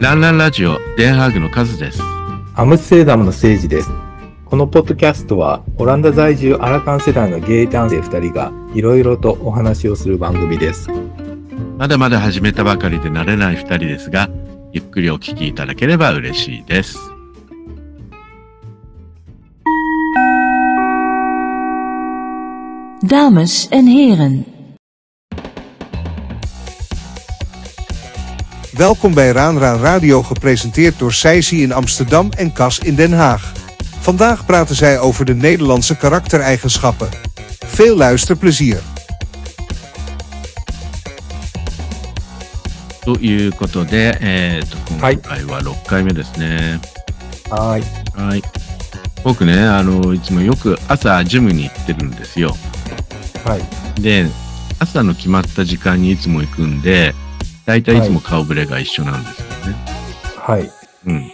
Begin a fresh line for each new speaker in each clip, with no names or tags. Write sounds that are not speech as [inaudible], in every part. ランランラジオデンハーグのカズです。
アムステルダムの聖治です。このポッドキャストは、オランダ在住アラカン世代のゲイ男性2人が、いろいろとお話をする番組です。
まだまだ始めたばかりで慣れない二人ですが、ゆっくりお聞きいただければ嬉しいです。
Dames en heren.
Welkom bij Raan Raan Radio, gepresenteerd door Seisi in Amsterdam en Cas in Den Haag. Vandaag praten zij over de Nederlandse karaktereigenschappen. Veel luisterplezier.
ということで、えー、と、
はい
今回は6回目ですね。
はーい。
はい。僕ね、あの、いつもよく朝ジムに行ってるんですよ。
はい。
で、朝の決まった時間にいつも行くんで、だいたいいつも顔ぶれが一緒なんですよね。
はい。
うん。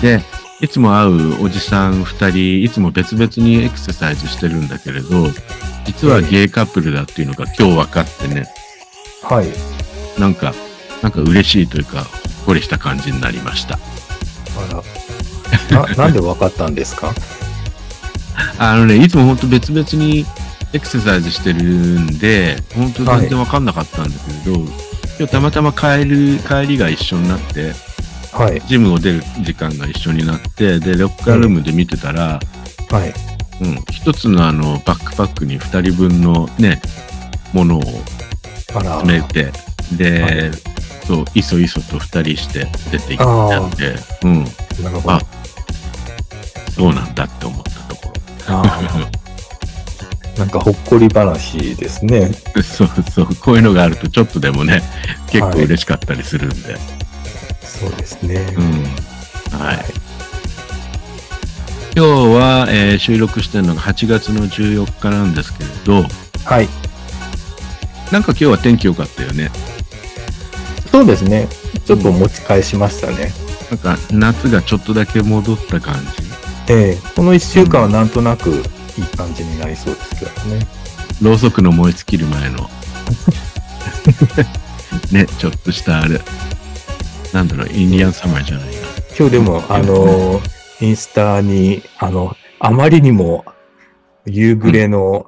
で、いつも会うおじさん2人、いつも別々にエクササイズしてるんだけれど、実はゲイカップルだっていうのが今日分かってね、
はい。
なんか、なんか嬉しいというか、ほっこりした感じになりました。
あ
[laughs]
ら。な、なんでわかったんですか
あのね、いつも本当別々にエクササイズしてるんで、本当全然分かんなかったんだけれど、今日たまたま帰る、帰りが一緒になって、
はい。
ジムを出る時間が一緒になって、で、ロッカールームで見てたら、
はい。
うん、一つのあのバックパックに2人分のねものを
あら。
詰めてで、、
はい
そういそいそと2人して出て行ったんでうん
なるほど。
あ
あ
そうなんだって思ったとこ
あ。なんかほっこり話ですね。
ろ [laughs] そうそうこういうのがあるとちょっとでもね結構
はい
嬉しかったりするんで、
そうですね。
うんはい今日は、えー収録してるのが8月の14日なんですけれど
はい。
なんか今日は天気良かったよね
そうですね。ちょっと持ち返しましたね。
なんか夏がちょっとだけ戻った感じ
ええこの1週間はなんとなくいい感じになりそうですけどね。
ろうそくの燃え尽きる前
[laughs]
のねちょっとしたあれなんだろうインディアンサマーじゃないな
今日でも、あの、インスタに、あの、あまりにも夕暮れの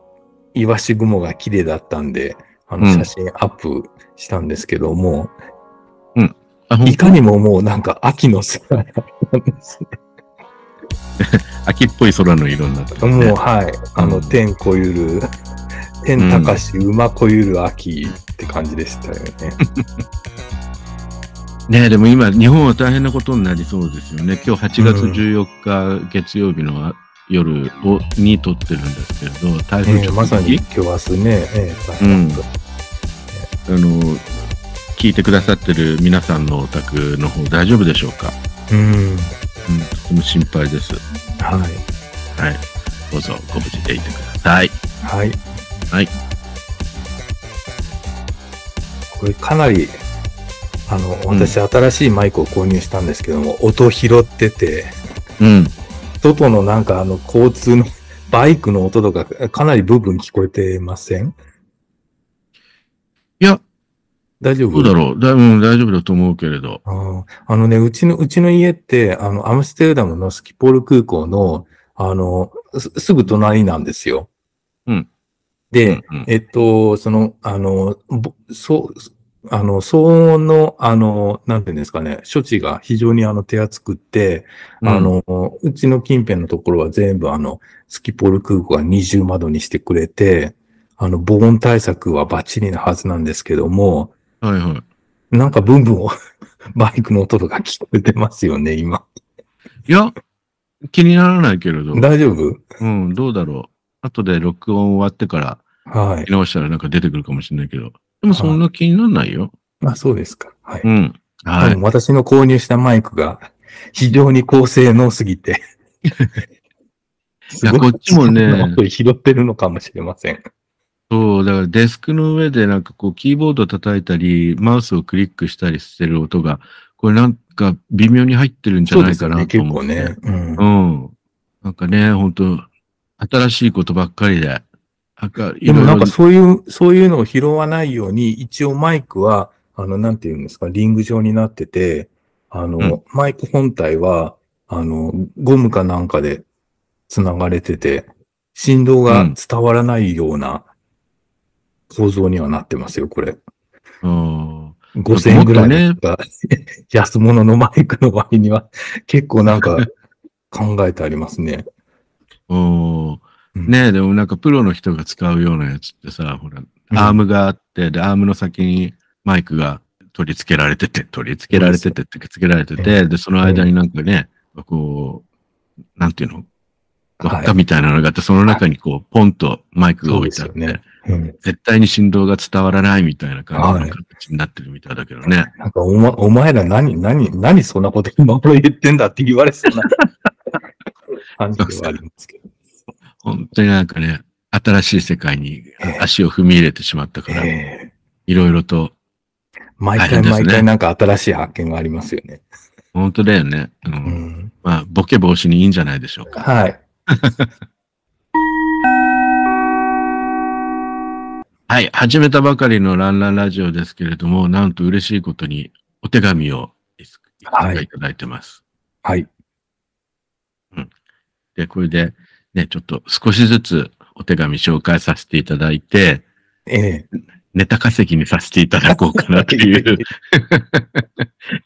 イワシ雲が綺麗だったんで、あの
うん
写真アップしたんですけども、
あほん
いかにももうなんか秋の空だったんですね。
秋っぽい空の色になってるね
もう、はい。あの、天こゆる、天高し、馬こゆる秋って感じでしたよね。
ねでも今日本は大変なことになりそうですよね今日8月14日、月曜日の夜をに撮ってるんですけれど台風
ええ
直撃、
まさに今日明日ね、ええ大変だった
あの聞いてくださってる皆さんのお宅の方大丈夫でしょうか、
うん。
うん、とても心配です
はい。
はいどうぞご無事でいてください
はい。
はい。
これかなり、あの、
ん
私新しいマイクを購入したんですけども、音拾ってて、
うん
外のなんかあの交通のバイクの音とかかなり部分聞こえてません
いや、
大丈
ど
夫
うだろう。だうん、大丈夫だと思うけれど。
あーあのね、うちの、うちの家って、あの、アムステルダムのスキポール空港の、あの、すすぐ隣なんですよ。
うん。
で、
うんうん
えっと、その、あの、ぼそう、あの、騒音の、あの、なんていうんですかね、処置が非常にあの手厚くって、あ、の、うちの近辺のところは全部あの、スキポール空港が二重窓にしてくれて、あの、防音対策はバッチリなはずなんですけども、
はいはい。
なんかブンブンを [laughs] バイクの音とか聞こえてますよね、今。
いや、気にならないけれど。
大丈夫
うん、どうだろう。後で録音終わってから、
はい
聞き。直したらなんか出てくるかもしれないけど。でもそんな気にならないよ。
まあそうですか。はい。
うん。は
で
い。
も私の購入したマイクが非常に高性能すぎて。すごい
こっちもね
そんな音拾ってるのかもしれません。
そう、だからデスクの上でなんかこう、キーボード叩いたり、マウスをクリックしたりしてる音が、これなんか微妙に入ってるんじゃ
そう
な
で
い
す
か
よね、
なと
結
思
構
って。
ね。うん
う。ん。なんかね、本当新しいことばっかりで。なんか、い
で
ろ
も
い
なん
ろ
かそういう、そういうのを拾わないように、一応マイクは、あの、なんていうんですか、リング状になってて、あの、
うん
マイク本体は、あの、ゴムかなんかで繋がれてて、振動が伝わらないような構造にはなってますよ、これ。
うん。
5000円ぐらいのが、 [laughs] 安物のマイクの割には、結構なんか考えてありますね。
おー
うん
ねえ、でもなんかプロの人が使うようなやつってさ、ほら、アームがあって、で、アームの先にマイクが取り付けられてて、取り付けられてて、取り付けられてて、で、その間になんかね、こう、なんていうの輪っか
は
みたいなのがあって、その中にこう、ポンとマイクが置いてあって、
そうですよねい。うん
絶対に振動が伝わらないみたいな感じの
はい
形になってるみたいだけどね。
なんかお,、ま、お前ら何、何、何そんなこと今頃言ってんだって言われそうな感じではありますけど。
本当になんかね、新しい世界に足を踏み入れてしまったから、
ええ
いろいろと、
毎
大変で
回
すね
毎回なんか新しい発見がありますよね。
本当だよね。うん
うん、
まあ、ボケ防止にいいんじゃないでしょうか。
はい。
はい。始めたばかりのランランラジオですけれども、なんと嬉しいことにお手紙をいついくつ
は
か
い
いただいてます。
はい。
で、これで、ね、ちょっと少しずつお手紙紹介させていただいて、
ええ
ネタ稼ぎにさせていただこうかなと
[laughs]
いう、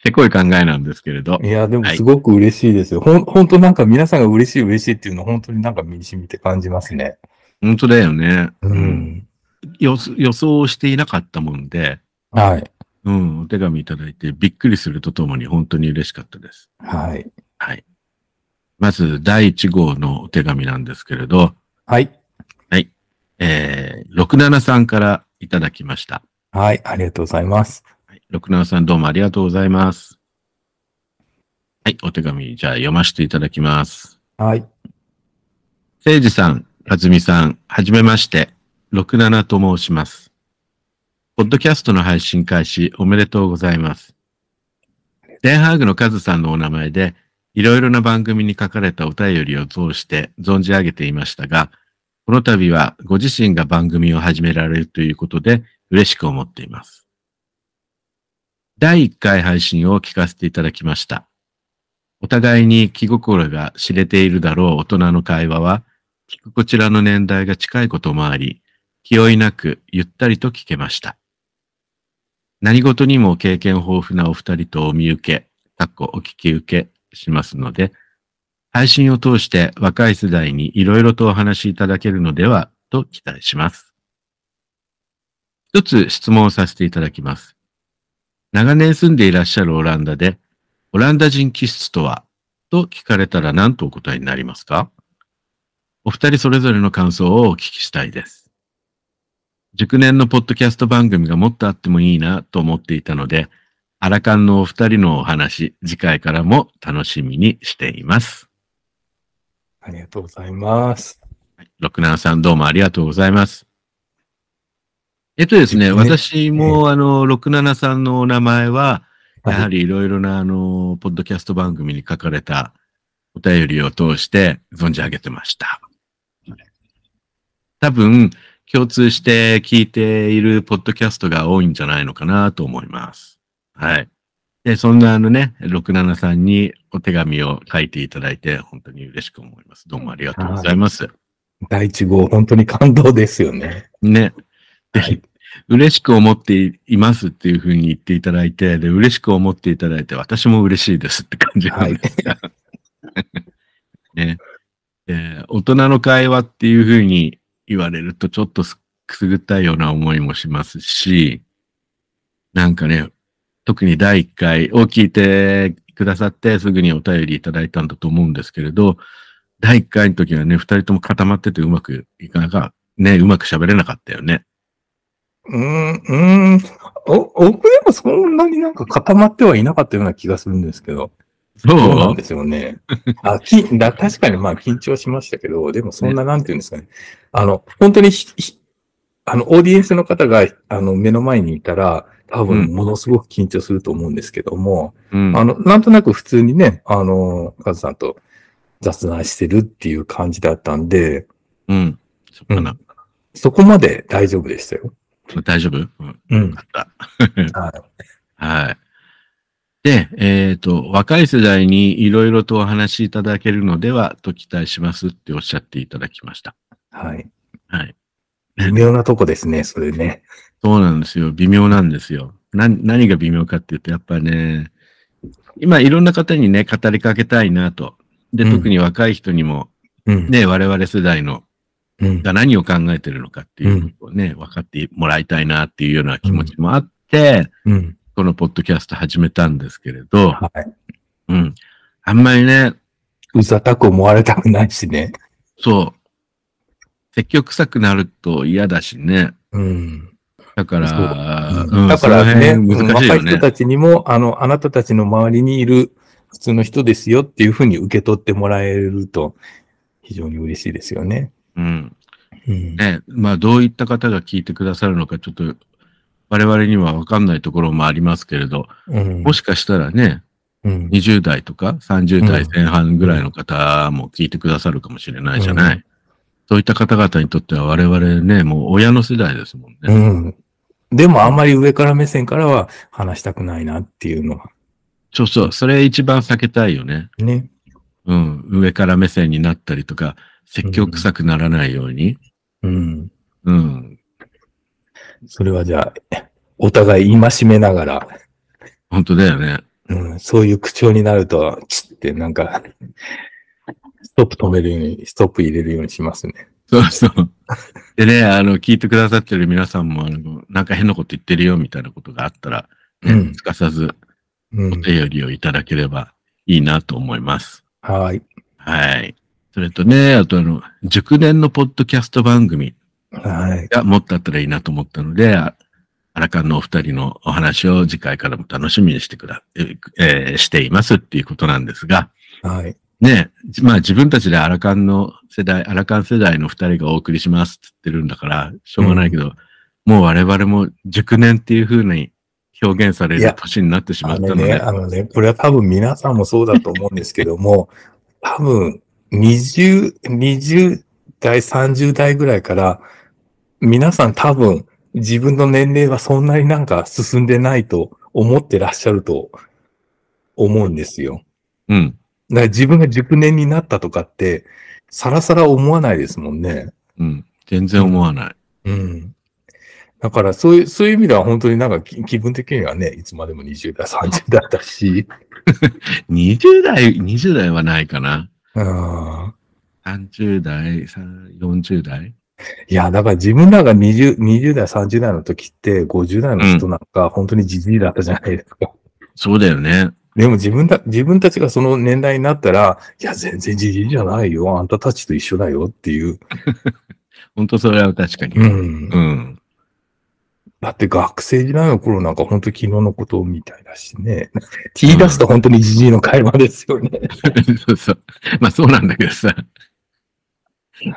せこい考えなんですけれど。
いや、でもすごく嬉しいですよ。ほん本当なんか皆さんが嬉しい嬉しいっていうの本当になんか身に染みて感じますね。
本当だよね。
う
うん
ん。
予予想していなかったもんで、
はい。
うん、お手紙いただいてびっくりするとともに本当に嬉しかったです。
はい。
はい。まず、第1号のお手紙なんですけれど、
はい。
えー、67さんからいただきました。
はい。ありがとうございます。
はい、67さんどうもありがとうございます。はい、お手紙、じゃあ読ませていただきます。
はい。
せいじさん、かずみさん、はじめまして、67と申します。ポッドキャストの配信開始おめでとうございます。デンハーグのカズさんのお名前で、いろいろな番組に書かれたお便りを通して存じ上げていましたが、この度はご自身が番組を始められるということで嬉しく思っています。第1回配信を聞かせていただきました。お互いに気心が知れているだろう大人の会話は、聞くこちらの年代が近いこともあり、気負いなくゆったりと聞けました。何事にも経験豊富なお二人とお見受け、かっこお聞き受けしますので、配信を通して若い世代にいろいろとお話しいただけるのではと期待します。一つ質問をさせていただきます。長年住んでいらっしゃるオランダで、オランダ人気質とはと聞かれたら何とお答えになりますかお二人それぞれの感想をお聞きしたいです。熟年のポッドキャスト番組がもっとあってもいいなと思っていたので、アラカンのお二人のお話、次回からも楽しみにしています。
ありがとうございます。
六南さんどうもありがとうございます。えっとですね、
ね
私も、あの、六七さんのお名前は、やは
り。
りいろいろな、あの、ポッドキャスト番組に書かれたお便りを通して存じ上げてました。多分、共通して聞いているポッドキャストが多いんじゃないのかなと思います。はい。で、そんなあのね、67さんにお手紙を書いていただいて、本当に嬉しく思います。どうもありがとうございます。
第1号、本当に感動ですよね。
ね。で、
はい
嬉しく思っていますっていうふうに言っていただいて、で、嬉しく思っていただいて、私も嬉しいですって感じなんですが。 [laughs] ね。で、大人の会話っていうふうに言われると、ちょっとすくすぐったいような思いもしますし、なんかね、特に第1回を聞いてくださって、すぐにお便りいただいたんだと思うんですけれど、第1回の時はね、2人とも固まっててうまくいかなかね、うまく喋れなかったよね。
うーん、うーん。お、僕でもそんなになんか固まってはいなかったような気がするんですけど。
そう
そうなんですよね。あ、きだ確かにまあ緊張しましたけど、でもそんななんていうんですかね。あの、本当にひ、ひあの、オーディエンスの方が、あの、目の前にいたら、多
う
分
ん
ものすごく緊張すると思うんですけども、
うん
あの、なんとなく普通にね、あの、カズさんと雑談してるっていう感じだったんで、
うん。そっかな。
そこまで大丈夫でしたよ。
大丈夫うん。
うん。
あった。
はい。
はい。で、えっ、と、若い世代にいろいろとお話しいただけるのではと期待しますっておっしゃっていただきました。
はい。
はい。
微妙なとこですね、それね。
そうなんですよ。微妙なんですよ。な、何が微妙かっていうと、やっぱね、今いろんな方にね、語りかけたいなと。で、
うん
特に若い人にも、
うん。
ね、我々世代の、
うん。
が何を考えてるのかっていうことをね、分かってもらいたいなっていうような気持ちもあって、
うん。
このポッドキャスト始めたんですけれど、
はい。
うん。あんまりね、
うざたく思われたくないしね。
そう、積極臭くなると嫌だしね。
うん。
だから、うん
だからね、
その辺難しい
若
よ
い人
ね。
たちにも、あの、あなたたちの周りにいる普通の人ですよっていうふうに受け取ってもらえると、非常に嬉しいですよね。
うん。
うん。
ね、まあどういった方が聞いてくださるのかちょっと我々にはわかんないところもありますけれど、
うん
もしかしたらね、
うん
20代とか30代
うん
前半ぐらいの方も聞いてくださるかもしれないじゃない。そういった方々にとっては我々ね、もう親の世代ですもん
う
ね。
ん。でもあんまり上から目線からは話したくないなっていうのは
そうそう、それ一番避けたいよね。
ね。
うん、上から目線になったりとか、説教臭くならないように。
うん。
うん、
それはじゃあ、お互い戒めながら、
本当だよね。
うん、そういう口調になると、チってなんか、ストップ止めるように、ストップ入れるようにしますね。
そうそう。でね、あの、聞いてくださってる皆さんも、あの、なんか変なこと言ってるよみたいなことがあったら、ね
うん
すかさず
う
お
ん。
便りをいただければいいなと思います。
はい。
はい。それとね、あとあの、熟年のポッドキャスト番組
はい。
がもっとあったらいいなと思ったので、あアラカンのお二人のお話を次回からも楽しみにしてくだ、えーえーしていますっていうことなんですが、
はい。
ねじまあ自分たちでアラカンの世代、アラカン世代の二人がお送りしますって言ってるんだから、しょうがないけど、もう我々も熟年っていう風に表現され
い
る
や
年になってしま
あ
ったの
の
で、
ね、あのね、これは多分皆さんもそうだと思うんですけども、 [laughs] 多分、20、20代、30代ぐらいから、皆さん多分、自分の年齢はそんなになんか進んでないと思ってらっしゃると思うんですよ。
うん、
だから自分が熟年になったとかって、さらさら思わないですもんね。
うん、全然思わない。
うん。だから、そういう、そういう意味では本当になんかき気分的にはね、いつまでも20代、30代
[laughs]
だし、
20代、20代はないかな。
うん。
30代、さん40代。
いや、だから自分らが20、20代、30代の時って、50代の人なんか本当にじじいだったじゃないですか。
そうだよね。
でも自分だ、自分たちがその年代になったら、いや、全然じじいじゃないよ。あんたたちと一緒だよっていう。
本当それは確かに。
うん
う。ん。 [laughs]
だって学生時代の頃なんか本当昨日のことみたいだしね。言い出すと本当にじじいの会話ですよね。
そうそう。まあそうなんだけどさ。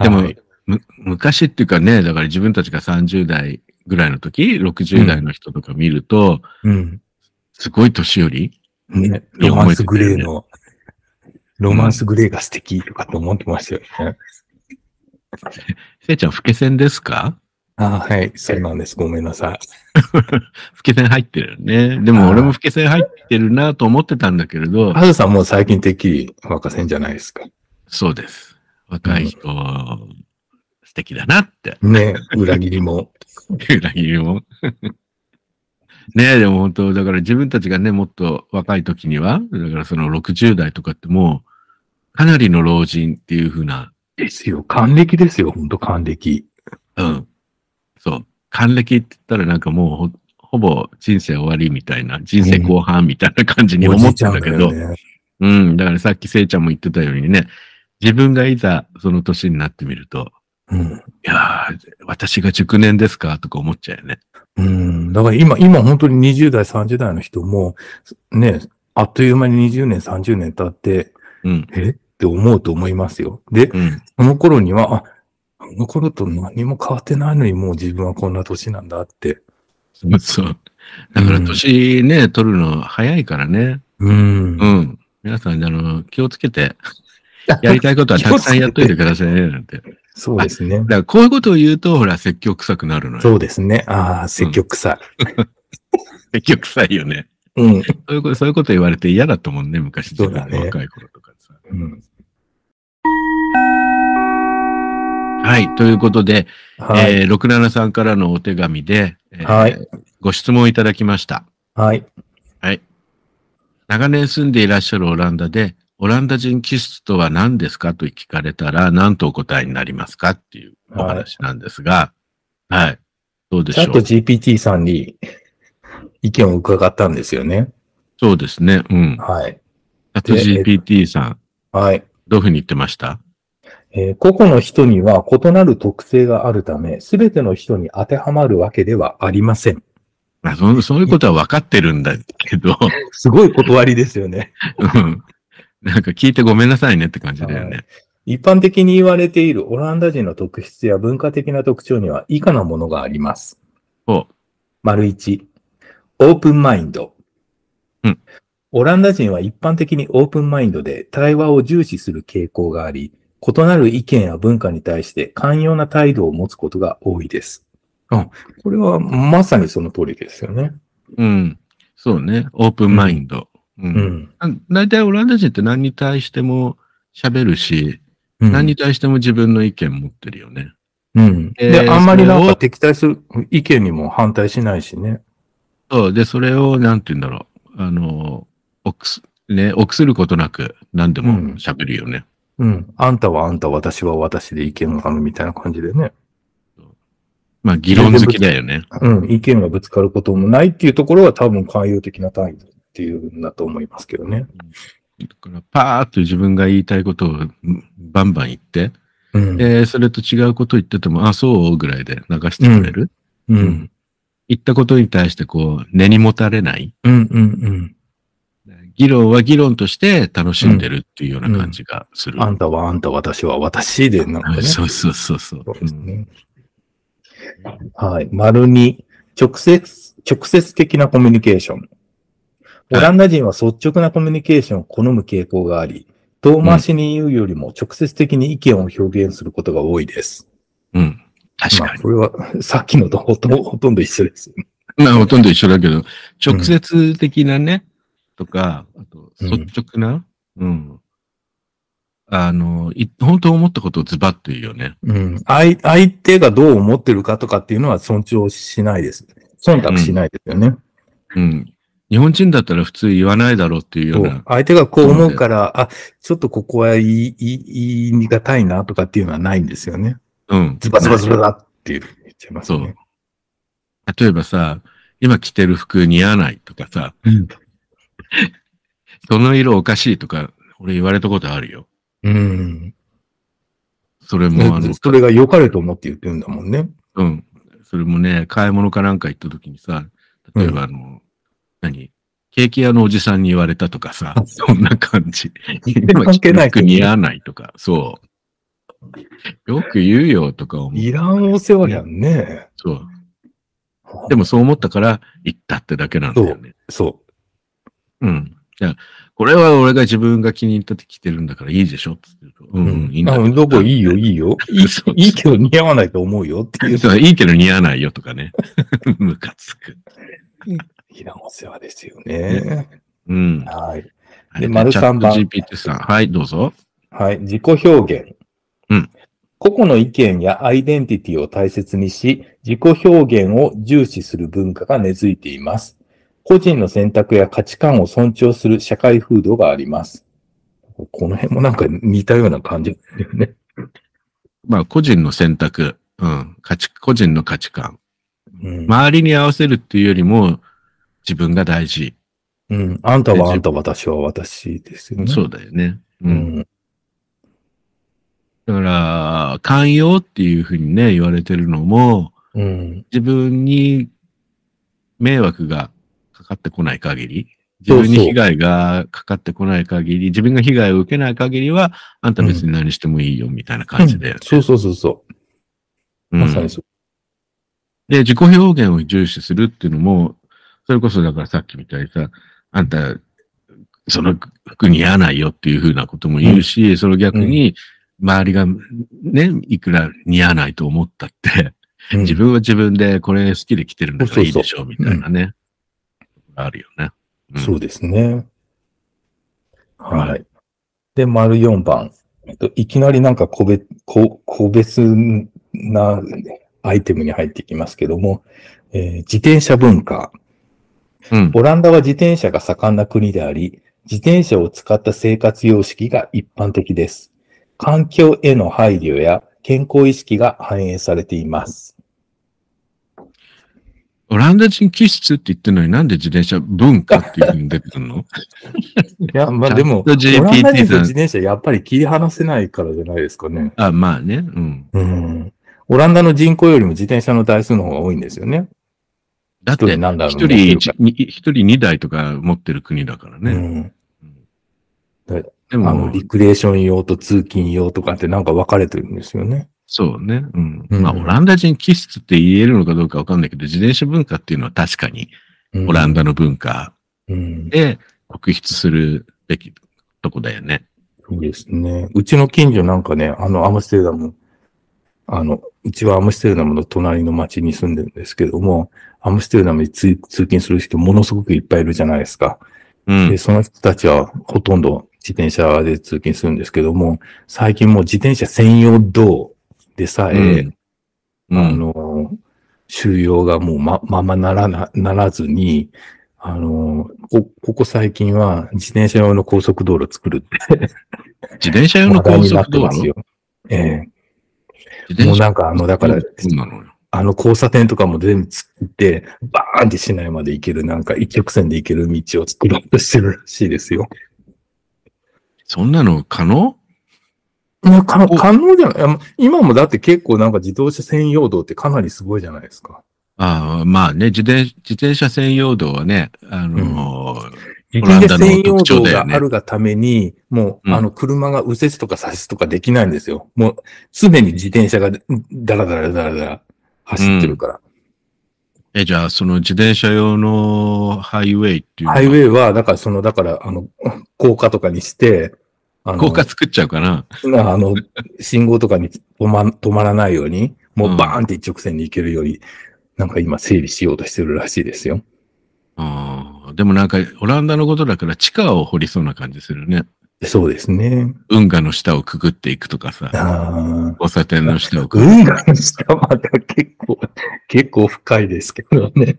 でも、む昔っていうかね、だから自分たちが30代ぐらいの時、60代の人とか見ると、
うん。
すごい年寄り
ね、
いや
ロマンスグレ
覚えて
ー
た
の、ロマンスグレーが素敵とかって思ってましたよね。
せいちゃん、老け線ですか
あーはい。そうなんです。ごめんなさい。
老け線入ってるよね。でも俺も老け線入ってるなと思ってたんだけれど、
ハルさんもう最近的若せんじゃないですか。
そうです。若い人、素敵だなって。
ね、裏切りも。
裏切りも。 [laughs] ねえ、でも本当、だから自分たちがね、もっと若い時には、だからその60代とかってもう、かなりの老人っていう風な、
ですよ。還暦ですよ。ほんと還暦。
うん。そう。還暦って言ったらなんかもうほ、ほぼ人生終わりみたいな、人生後半みたいな感じに思ってたけど、
おじいちゃんだよね
うん。だからさっきせいちゃんも言ってたようにね、自分がいざその年になってみると、
うん。
いやー、私が熟年ですかとか思っちゃうよね。
うん。だから今、今本当に20代、30代の人も、ね、あっという間に20年、30年経って、
うん。
えって思うと思いますよ。で、
うん。
その頃には、あ、あの頃と何も変わってないのにもう自分はこんな年なんだって。
そうそう。だから年ね、取るの早いからね。
うん
う。ん。皆さん、あの、気をつけて、やりたいことはたくさんやっといてくださいね、なんて。だか
そうですね。
ら、こういうことを言うと、ほら、説教臭くなるのよ。
そうですね。ああ、積極さ。
説教臭いよね。
うん。
そういうこと、そういうこと言われて嫌だと思うね、昔。
そうだね
自分の若い頃とかさ。
うん。
はい。ということで、
はい。
えー、67さんからのお手紙で、えー
はい
ご質問いただきました。
はい。
長年住んでいらっしゃるオランダで、オランダ人気質とは何ですかと聞かれたら、何とお答えになりますかっていうお話なんですが、はい。どうで
チャ
し
ッ
ょ
ト
う。
GPT さんに意見を伺ったんですよね。
そうですね。うん。
はい。
チャット GPT さん、
はい。
どういうふうに言ってました
えー個々の人には異なる特性があるため、すべての人に当てはまるわけではありません。
まあそ、そういうことは分かってるんだけ [laughs] ど、
すごい断りですよね。 [laughs]
うんなんか聞いてごめんなさいねって感じだよね。
一般的に言われているオランダ人の特質や文化的な特徴には以下のものがあります。
ほう
丸1、オープンマインド。
うん
オランダ人は一般的にオープンマインドで対話を重視する傾向があり、異なる意見や文化に対して寛容な態度を持つことが多いです。あ、これはまさにその通りですよね。
うん。そうね。オープンマインド。うん
うん。
大体オランダ人って何に対しても喋るし、
うん
何に対しても自分の意見持ってるよね。
うん。
えー
で、あんまりなん
それを
か敵対する意見にも反対しないしね。
そう。で、それを、なんて言うんだろう。あの、臆す、ね、臆することなく何で
うん
も喋るよね。
うん。あんたはあんた、私は私で意見があるみたいな感じでね。
まあ、議論好きだよね。
うん。意見がぶつかることもないっていうところは多分寛容的な態度っていうんだと思いますけどね。
だから、パーっと自分が言いたいことをうんバンバン言って、
うん。
えーそれと違うこと言ってても、あ、そうぐらいで流してくれる。
うん。
言ったことに対してこう、根に持たれない。
うん。うん。
議論は議論として楽しんでるっていうような感じがす
う
る。
ん。あんたはあんた、私は私でなんか
[laughs]
ね。
そうそうそうそう。
そうですね。はい。丸二、直接、直接的なコミュニケーション。オランダ人は率直なコミュニケーションを好む傾向があり、遠回しに言うよりも直接的に意見を表現することが多いです。
うん。うん確
ま
か
あ、
に。
これはさっきのとほとほとんど一緒ですよね。
まあ、ほとんど一緒だけど、直接的なね、とか、あと、率直な、うん。あの、い本当思ったことをズバッと言うよね。
うん。相、相手がどう思ってるかとかっていうのは尊重しないです。忖度しないですよね。
うん。日本人だったら普通言わないだろうっていうよ
そうう
な。
相手がこう思うから、あ、ちょっとここは言い、言い、言いにがたいなとかっていうのはないんですよね。
うん。
ズバズバズバズバっていう言っちゃいますね。
例えばさ、今着てる服似合わないとかさ、その色おかしいとか、俺言われたことあるよ。
うん。
それも、あの、
それが良かれと思って言ってるんだもんね。
うん。それもね、買い物かなんか行った時にさ、例えばあの、何ケーキ屋のおじさんに言われたとかさ、そんな感じ。 [laughs] 今
関
着て
係
る
ない
服
けど
似合わないとか、そう。よく言うよとか思う。
いらんお世話やんね。
そう。でもそう思ったから行ったってだけなんだよね。
そ
うん。じゃあ、これは俺が自分が気に入ったって着てるんだからいいでしょっつって言うとう
う。
ん、
うん。
いいんだ
あどこいいよ、いいよ。い
[laughs] そう
いいいけど似合わないと思うよっていう。
そういいけど似合わないよとかね。 [laughs] ムカつく。
いらんお世話ですよね。
うん。
はい。
あれ
丸
チャ
三
ット
番
GPT さん。はい、どうぞ。
はい。自己表現。
うん。
個々の意見やアイデンティティを大切にし、自己表現を重視する文化が根付いています。個人の選択や価値観を尊重する社会風土があります。この辺もなんか似たような感じだよね。
まあ、個人の選択。うん。価値、個人の価値観。
うん。
周りに合わせるっていうよりも、自分が大事。
うん、あんたはあんた、私は私ですよね。
そうだよね。
う
うんん。。だから、寛容っていうふうにね、言われてるのも、
うん。
自分に迷惑がかかってこない限り、自
そうそう
分に被害がかかってこない限り、自分が被害を受けない限りは、あんた別に何してもいいよ、みたいな感じで。
そうそうそうそう。
うん
まさにそ
で、自己表現を重視するっていうのも、それこそだからさっきみたいにさ、あんた、その服に合わないよっていうふうなことも言うし、その逆に、周りがね、いくら似合わないと思ったって、
う。うん
自分は自分でこれ好きで着てるんだからいいでしょうみたいなね。あるよね。うん
そうですね。は。
はい
で、丸4番。えっと、いきなりなんか個別、個個別なアイテムに入ってきますけども、えー自転車文化。
うん。
オランダは自転車が盛んな国であり、自転車を使った生活様式が一般的です。環境への配慮や健康意識が反映されています。
オランダ人気質って言ってるのになんで自転車文化っていうふうに出てくる
[laughs]
の
いや、まあでも、オ
チャッ
ラ
ト GPT
ンダ人と
さん
自転車やっぱり切り離せないからじゃないですかね。
あ、まあね。うん。
うん。オランダの人口よりも自転車の台数の方が多いんですよね。
だって、
一人何台
一
も持って
人
るか
一、に一人二台とか持ってる国だから
ら。
ね。で
うん。あの、
も、
リクレーション用と通勤用とかってなんか分かれてるんですよね。
そうね。うん。
うん
まあ、オランダ人気質って言えるのかどうかわかんないけど、自転車文化っていうのは確かに
うん
オランダの文化
うん。
で特筆するべきとこだよね。
そうですね。うちの近所なんかね、あの、アムステルダム、あの、うちはアムステルダムの隣の町に住んでるんですけども、アムステルダムに通通勤する人ものすごくいっぱいいるじゃないですか。
う
で、
ん。
その人たちはほとんど自転車で通勤するんですけども、最近もう自転車専用道でさえ、
うん
あの、収容がもうま、ままならな、ならずに、あの、こ、ここ最近は自転車用の高速道路作るって
自転車用の
話題
高
になっ
速
て
道
ま
路
すよ。え
自
え
転
もう
車
なんかあの、だから、
そうなのよ。
あの交差点とかも全部作って、バーンって市内まで行ける、なんか一直線で行ける道を作ろうとしてるらしいですよ。
そんなの可能
いや、か
お
可能じゃないあの今もだって結構なんか自動車専用道ってかなりすごいじゃないですか。
ああ、まあね、自転、自転車専用道はね、あのー
自
オラン
動
ダ
車
の
専用
特徴
道
だ
が
よね
あるがために、も
う
う、
ん
あの、車が右折とか左折とかできないんですよ。もう、常に自転車がだらだらだらだら走ってるから。
え、じゃあ、その自転車用のハイウェイっていうのは。
ハイウェイは、だからその、だから、あの、高架とかにして、あの、
効果作っちゃうかな。
なあの、信号とかに止ま止まらないように、もうバーンって一直線に行けるように、なんか今整理しようとしてるらしいですよ。
ああ、でもなんか、オランダのことだから地下を掘りそうな感じするね。
そうですね。
運河の下をくぐっていくとかさ、
ああ。
交差点の下をくぐ
運河の下までは結構、結構深いですけどね。
って。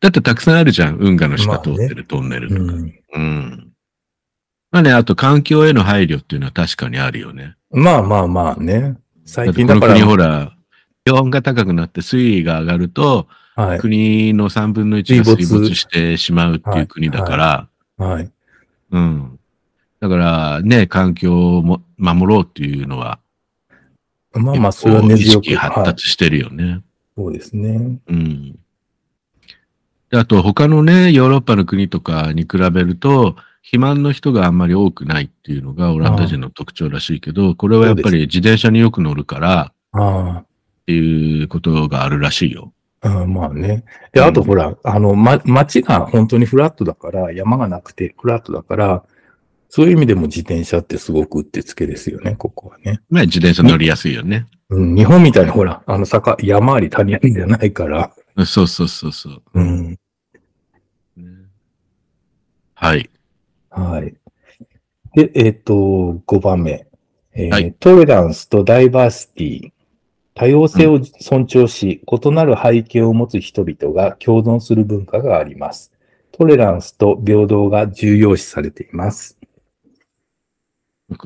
だってたくさんあるじゃん。運河の下
まあ
通
ね
ってるトンネルとか。
うん。
うん。まあね、あと環境への配慮っていうのは確かにあるよね。
まあまあまあね。最近
だ
だ
って
か
この国、ほ
ら
ら、気温が高くなって水位が上がると、
はい。
国の3分の1が水
水
没
没
してしまうっていう国だから、
はい。
うん。だからね、環境をも守ろうっていうのは、
まあまあ、
結
それは
構
根
意
強
識
く。
発
はい。
達してるよね。
そうですね。
うん。であと他のね、ヨーロッパの国とかに比べると、肥満の人があんまり多くないっていうのがオランダ人の特徴らしいけど、これはやっぱり自転車によく乗るから
あ
っていうことがあるらしいよ。
あ。うんまあね。で、あとほら、あの、ま、街が本当にフラットだから、山がなくてフラットだから、そういう意味でも自転車ってすごくうってつけですよね、ここはね。
ね、自転車乗りやすいよね。
うん、日本みたいにほら、あの坂、山あり谷ありじゃないから。
うんそうそうそうそう。
うん。
ねはい。
はい。で、えっ、と、5番目。えー
はい
トレランスとダイバーシティ。多様性を尊重し、異なる背景を持つ人々が共存する文化があります。トレランスと平等が重要視されています。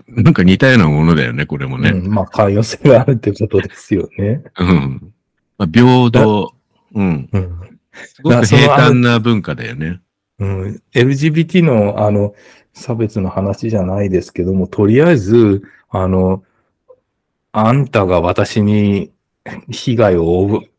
なんか似たようなものだよね、これもね。
うん、まあ、寛容性があるってことですよね。
うん。まあ、平等。うん。
うん。
すごく平坦な文化だよね。
うん、LGBT の、あの、差別の話じゃないですけども、とりあえず、あの、あんたが私に被害を負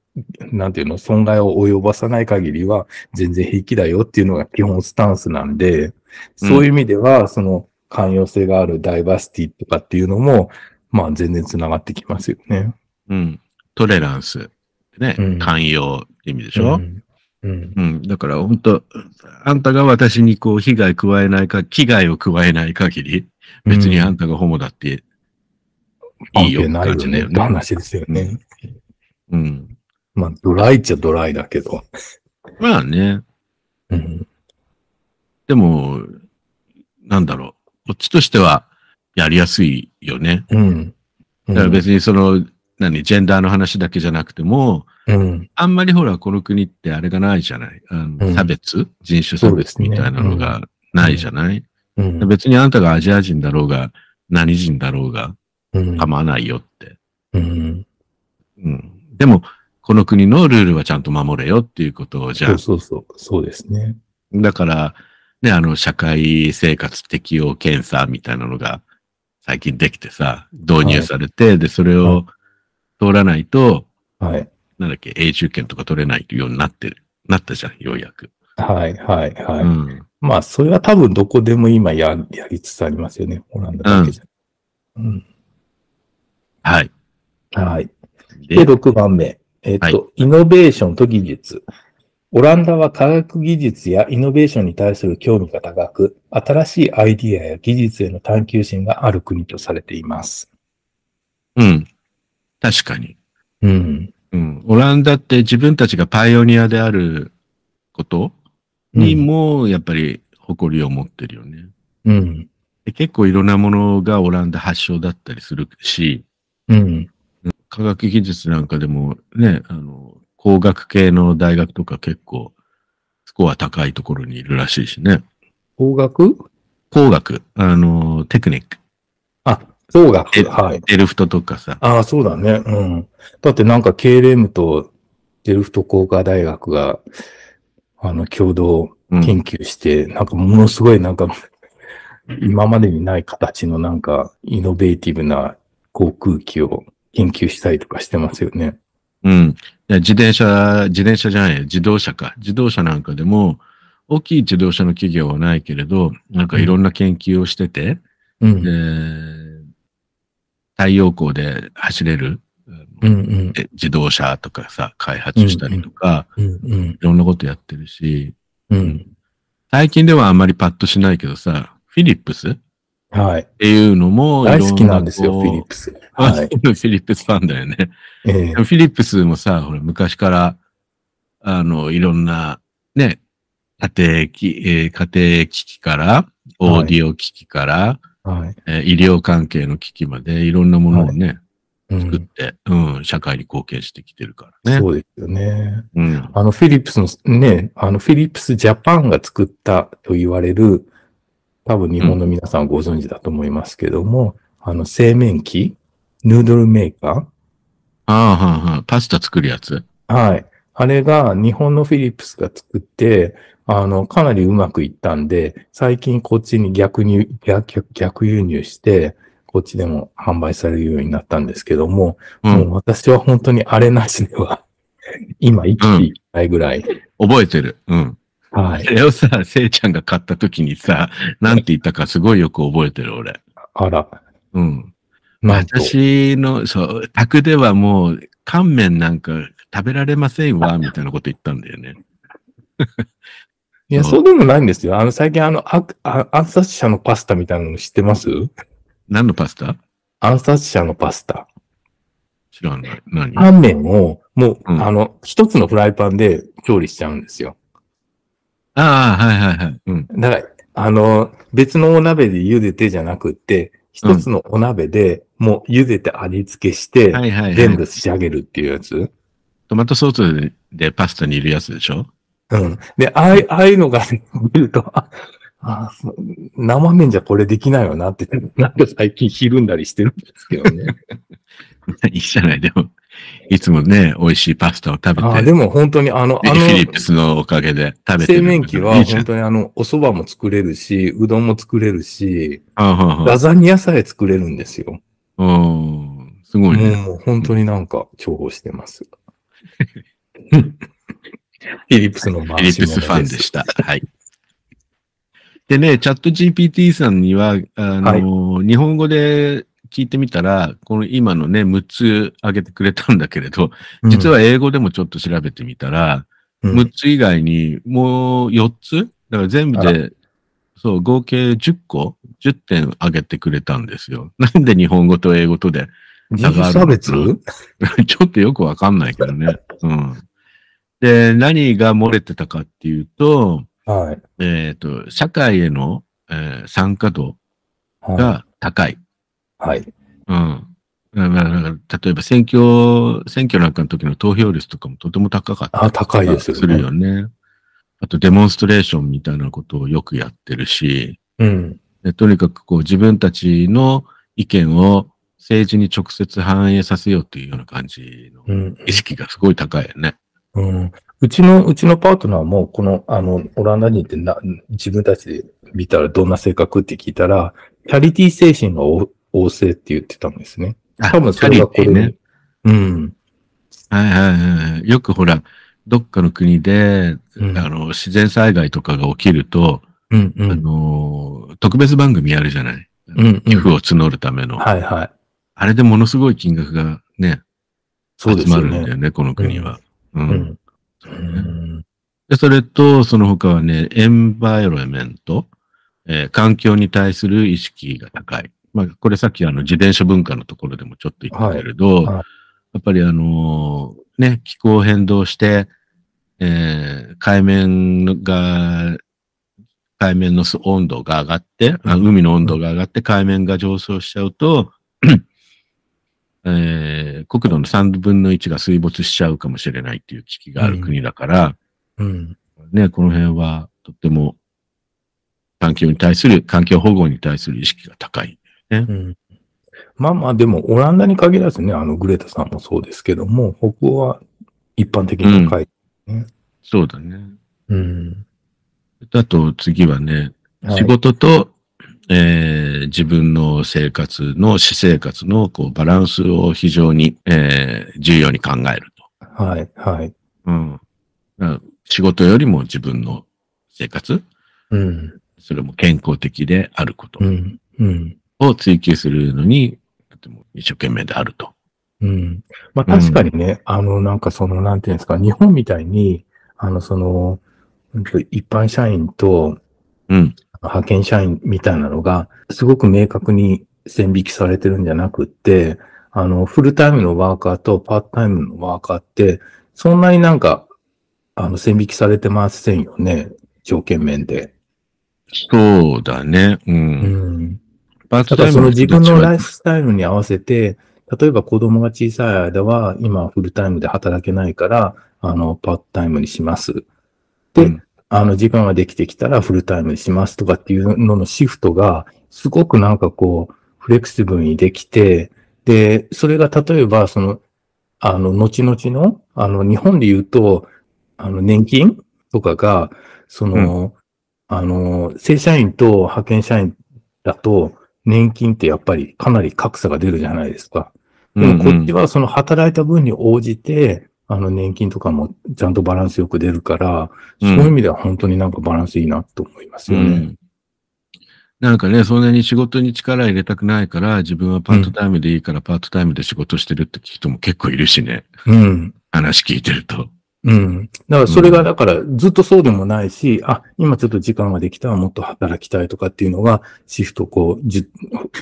う、なんていうの、損害を及ぼさない限りは全然平気だよっていうのが基本スタンスなんで、そういう意味では、その寛容性があるダイバーシティとかっていうのも、まあ全然繋がってきますよね。
うん。トレランス。ね。
うん
寛容って意味でし
う
ょ、
ん。うん。
うん、だから本当あんたが私にこう被害加えないか、危害を加えない限り、別にあんたがホモだっていいよって
関係ない
感じだ
よね。
よ
って
ね。
話ですよね。
うん。
まあ、ドライっちゃドライだけど。
まあね。
うん
でも、なんだろう。こっちとしてはやりやすいよね。
うん。
だから
に。
別にその、何、ジェンダーの話だけじゃなくても、
うん。
あんまりほら、この国ってあれがないじゃない。あの
うん
差別人種差別みたいなのがないじゃない、
うん。
別にあなたがアジア人だろうが、何人だろうが
うん
構わないよって。
うん。
うん。でも、この国のルールはちゃんと守れよっていうことを、じゃ
そ
あ
う、そうそう。そうですね。
だから、ね、あの、社会生活適用検査みたいなのが最近できてさ、導入されて、で、それを通らないと、
はい。
なんだっけ、永住権とか取れないようになってる、なったじゃん、ようやく。
はい、はい、はい。
うん。
まあ、それは多分どこでも今ややりつつありますよね。ホランダだけじゃ。うん。
はい。
はい。で、
で、
6番目。えっと、
はい
イノベーションと技術。オランダは科学技術やイノベーションに対する興味が高く、新しいアイディアや技術への探求心がある国とされています。
うん。確かに。
うん。
うん。オランダって自分たちがパイオニアであることに
うん
も、やっぱり誇りを持ってるよね。
うん。
で結構いろんなものがオランダ発祥だったりするし、
うん。
科学技術なんかでもね、あの、工学系の大学とか結構、スコア高いところにいるらしいしね。
工学
工学、あの、テクニック、
あ、工学
え。
はい。
デルフトとかさ。
ああ、そうだね。うん。だってなんか KLM とデルフト工科大学が、あの、共同
うん
研究して、なんかものすごいなんか、今までにない形のなんか、イノベーティブな航空機を研究したりとかしてますよね。
うん。で自転車、自転車じゃないよ自動車か。自動車なんかでも、大きい自動車の企業はないけれど、なんかいろんな研究をしてて、
うん。
で太陽光で走れる
うん
え自動車とかさ、開発したりとか、
うん。うん
いろんなことやってるし、
うん。うん。
最近ではあんまりパッとしないけどさ、フィリップスっ
はい。
ていうのも
大好きなんですよ、
い
フ
ろ
ィリ
こ
ップス。
うあ
はい。
フィリップスファンだよね。
ええ
でもフィリップスもさ、ほら、昔から、あの、いろんな、ね、家庭機、えー家庭機器から、オーディオ機器から、
はい。
えー医療関係の機器まで、いろんなものをね、
う
作っ
ん。
て、うん、社会に貢献してきてるからね。
そうですよね。
うん。
あの、フィリップスの、ね、あの、フィリップスジャパンが作ったと言われる、多分日本の皆さんはご存知だと思いますけども、あの、製麺機、ヌードルメーカー、
ああ、はあ、はあ、パスタ作るやつ。
はい。あれが日本のフィリップスが作って、あの、かなりうまくいったんで、最近こっちに逆に、逆、逆輸入して、こっちでも販売されるようになったんですけども、
う。
もうん私は本当にあれなしでは、今生きていけないぐらい。
覚えてる。うん。
は
そ
い。
れをさ、せいちゃんが買った時にさ、なんて言ったかすごいよく覚えてる、俺。
あら。
うん。
なんと。
私の、そう、宅ではもう、乾麺なんか食べられませんわ、みたいなこと言ったんだよね。
いや、
そ
そうでもないんですよ。あの、最近あの、ああ暗殺者のパスタみたいなの知ってます
何のパスタ
暗殺者のパスタ。
知らない。何
乾麺を、もう、
うん
あの、一つのフライパンで調理しちゃうんですよ。
ああ、はいはいはい。うん。
だから、あの、別のお鍋で茹でてじゃなくって、一つのお鍋でもう茹でて味付けして、
はいはいは
全
い。
部仕上げるっていうやつ。
トマトソースでパスタにいるやつでしょ [laughs]
うん。で、ああいああいうのが見ると、ああそう生麺じゃこれできないよなって、なんか最近ひるんだりしてるんですけどね。
いいじゃない、でも。いつもね、美味しいパスタを食べて。
ああでも本当にあの、
フ
あの
ィ、リップスのおかげで食べて
製
る。
麺機
い
はい
じゃ
本
ん。
当にあの、お蕎麦も作れるし、うどんも作れるし、
ああ、はあは
ラザニアさえ作れるんですよ。
あうんすごいね。
もう本当になんか重宝し
[laughs]
てます。フィリップスの
フィリップスファンでした。 [laughs] はい。でね、チャット GPT さんには、あの、日本語で聞いてみたら、この今のね、6つ挙げてくれたんだけれど、実は英語でもちょっと調べてみたら、
うん、
6つ以外にもう4つだから全部
あ
で、そう、合計10個、10点挙げてくれたんですよ。なんで日本語と英語とで、 [laughs]
人種差
ち
別
ょっとよくわかんないけどね。うん。で、何が漏れてたかっていうと、
はい。
えっ、と、社会への、えー参加度
は
が高い。
い。はい。
うん。だからだから例えば選挙、選挙なんかの時の投票率とかもとても高かった
あ、高いですよね。
するよね。あとデモンストレーションみたいなことをよくやってるし、
うん。
でとにかくこう自分たちの意見を政治に直接反映させようっていうような感じの
うん。
意識がすごい高いよね。
うん。うちの、うちのパートナーも、この、あの、オランダ人ってな、自分たちで見たらどんな性格って聞いたら、チャリティー精神が旺旺盛って言ってたんですね。多分それがこれ
チャリティーね
に。うん。
はいはいはいはい。よくほら、どっかの国で、
うん
あの、自然災害とかが起きると、
うん、う
あ
ん。
の、特別番組やるじゃない。
うん、
寄付を募るための。
はいはい。
あれでものすごい金額がね、
そうで
集
す
ま
よ
るんだ
ね
よ。ね、この国は。う
うんん。
そううね
ん
でそれと、その他はね、エンバイロメント、えー環境に対する意識が高い。まあ、これさっきあの自転車文化のところでもちょっと言ったけれど、
いはい
やっぱりあのーね、気候変動して、えー海面が、海面の温度が上がって、あ海の温度が上がって海面が上昇しちゃうと、えー国土の3分の1が水没しちゃうかもしれないっていう危機がある国だから、
うん。
ね、この辺はとっても環境に対する、環境保護に対する意識が高い。
うんまあまあ、でも、オランダに限らずね、あの、グレタさんもそうですけども、北欧は一般的に高い。
そうだね。
うん。
あと次はね、
はい
仕事と、えー自分の生活の、私生活のこうバランスを非常に、えー重要に考えると。
はい、はい。
うん。だから仕事よりも自分の生活、
うん。
それも健康的であること
うん。うん。
を追求するのに、とても一生懸命であると。
うん。まあ
うん
確かにね、あの、なんかその、なんていうんですか、日本みたいに、あの、その、うんと一般社員と
うん。
派遣社員みたいなのが、すごく明確に線引きされてるんじゃなくって、あの、フルタイムのワーカーとパートタイムのワーカーって、そんなになんか、あの、線引きされてませんよね、条件面で。
そうだね。うん
うん。
パー
た
トタイ
だ
ム
その自分のライ
フ。
フスタイルに合わせて、例えば子供が小さい間は今フルタイムで働けないから、あの、パートタイムにします。で、
うん
あの、時間ができてきたらフルタイムにしますとかっていうののシフトが、すごくなんかこう、フレキシブルにできて、で、それが例えば、その、あの、後々の、あの、日本で言うと、あの、年金とかが、その、あの、正社員と派遣社員だと、年金ってやっぱりかなり格差が出るじゃないですか。でもこっちはその働いた分に応じて、あの年金とかもちゃんとバランスよく出るから、
うん
そういう意味では本当になんかバランスいいなと思います
うん
よ
う
ね。
んなんかね、そんなに仕事に力入れたくないから、自分はパートタイムでいいから、パートタイムで仕事してるって人も結構いるしね。
うん。
話聞いてると。
うん。だからそれ
う
が
ん
だからずっとそうでもないし、あ、今ちょっと時間ができたらもっと働きたいとかっていうのが、シフトこう、じ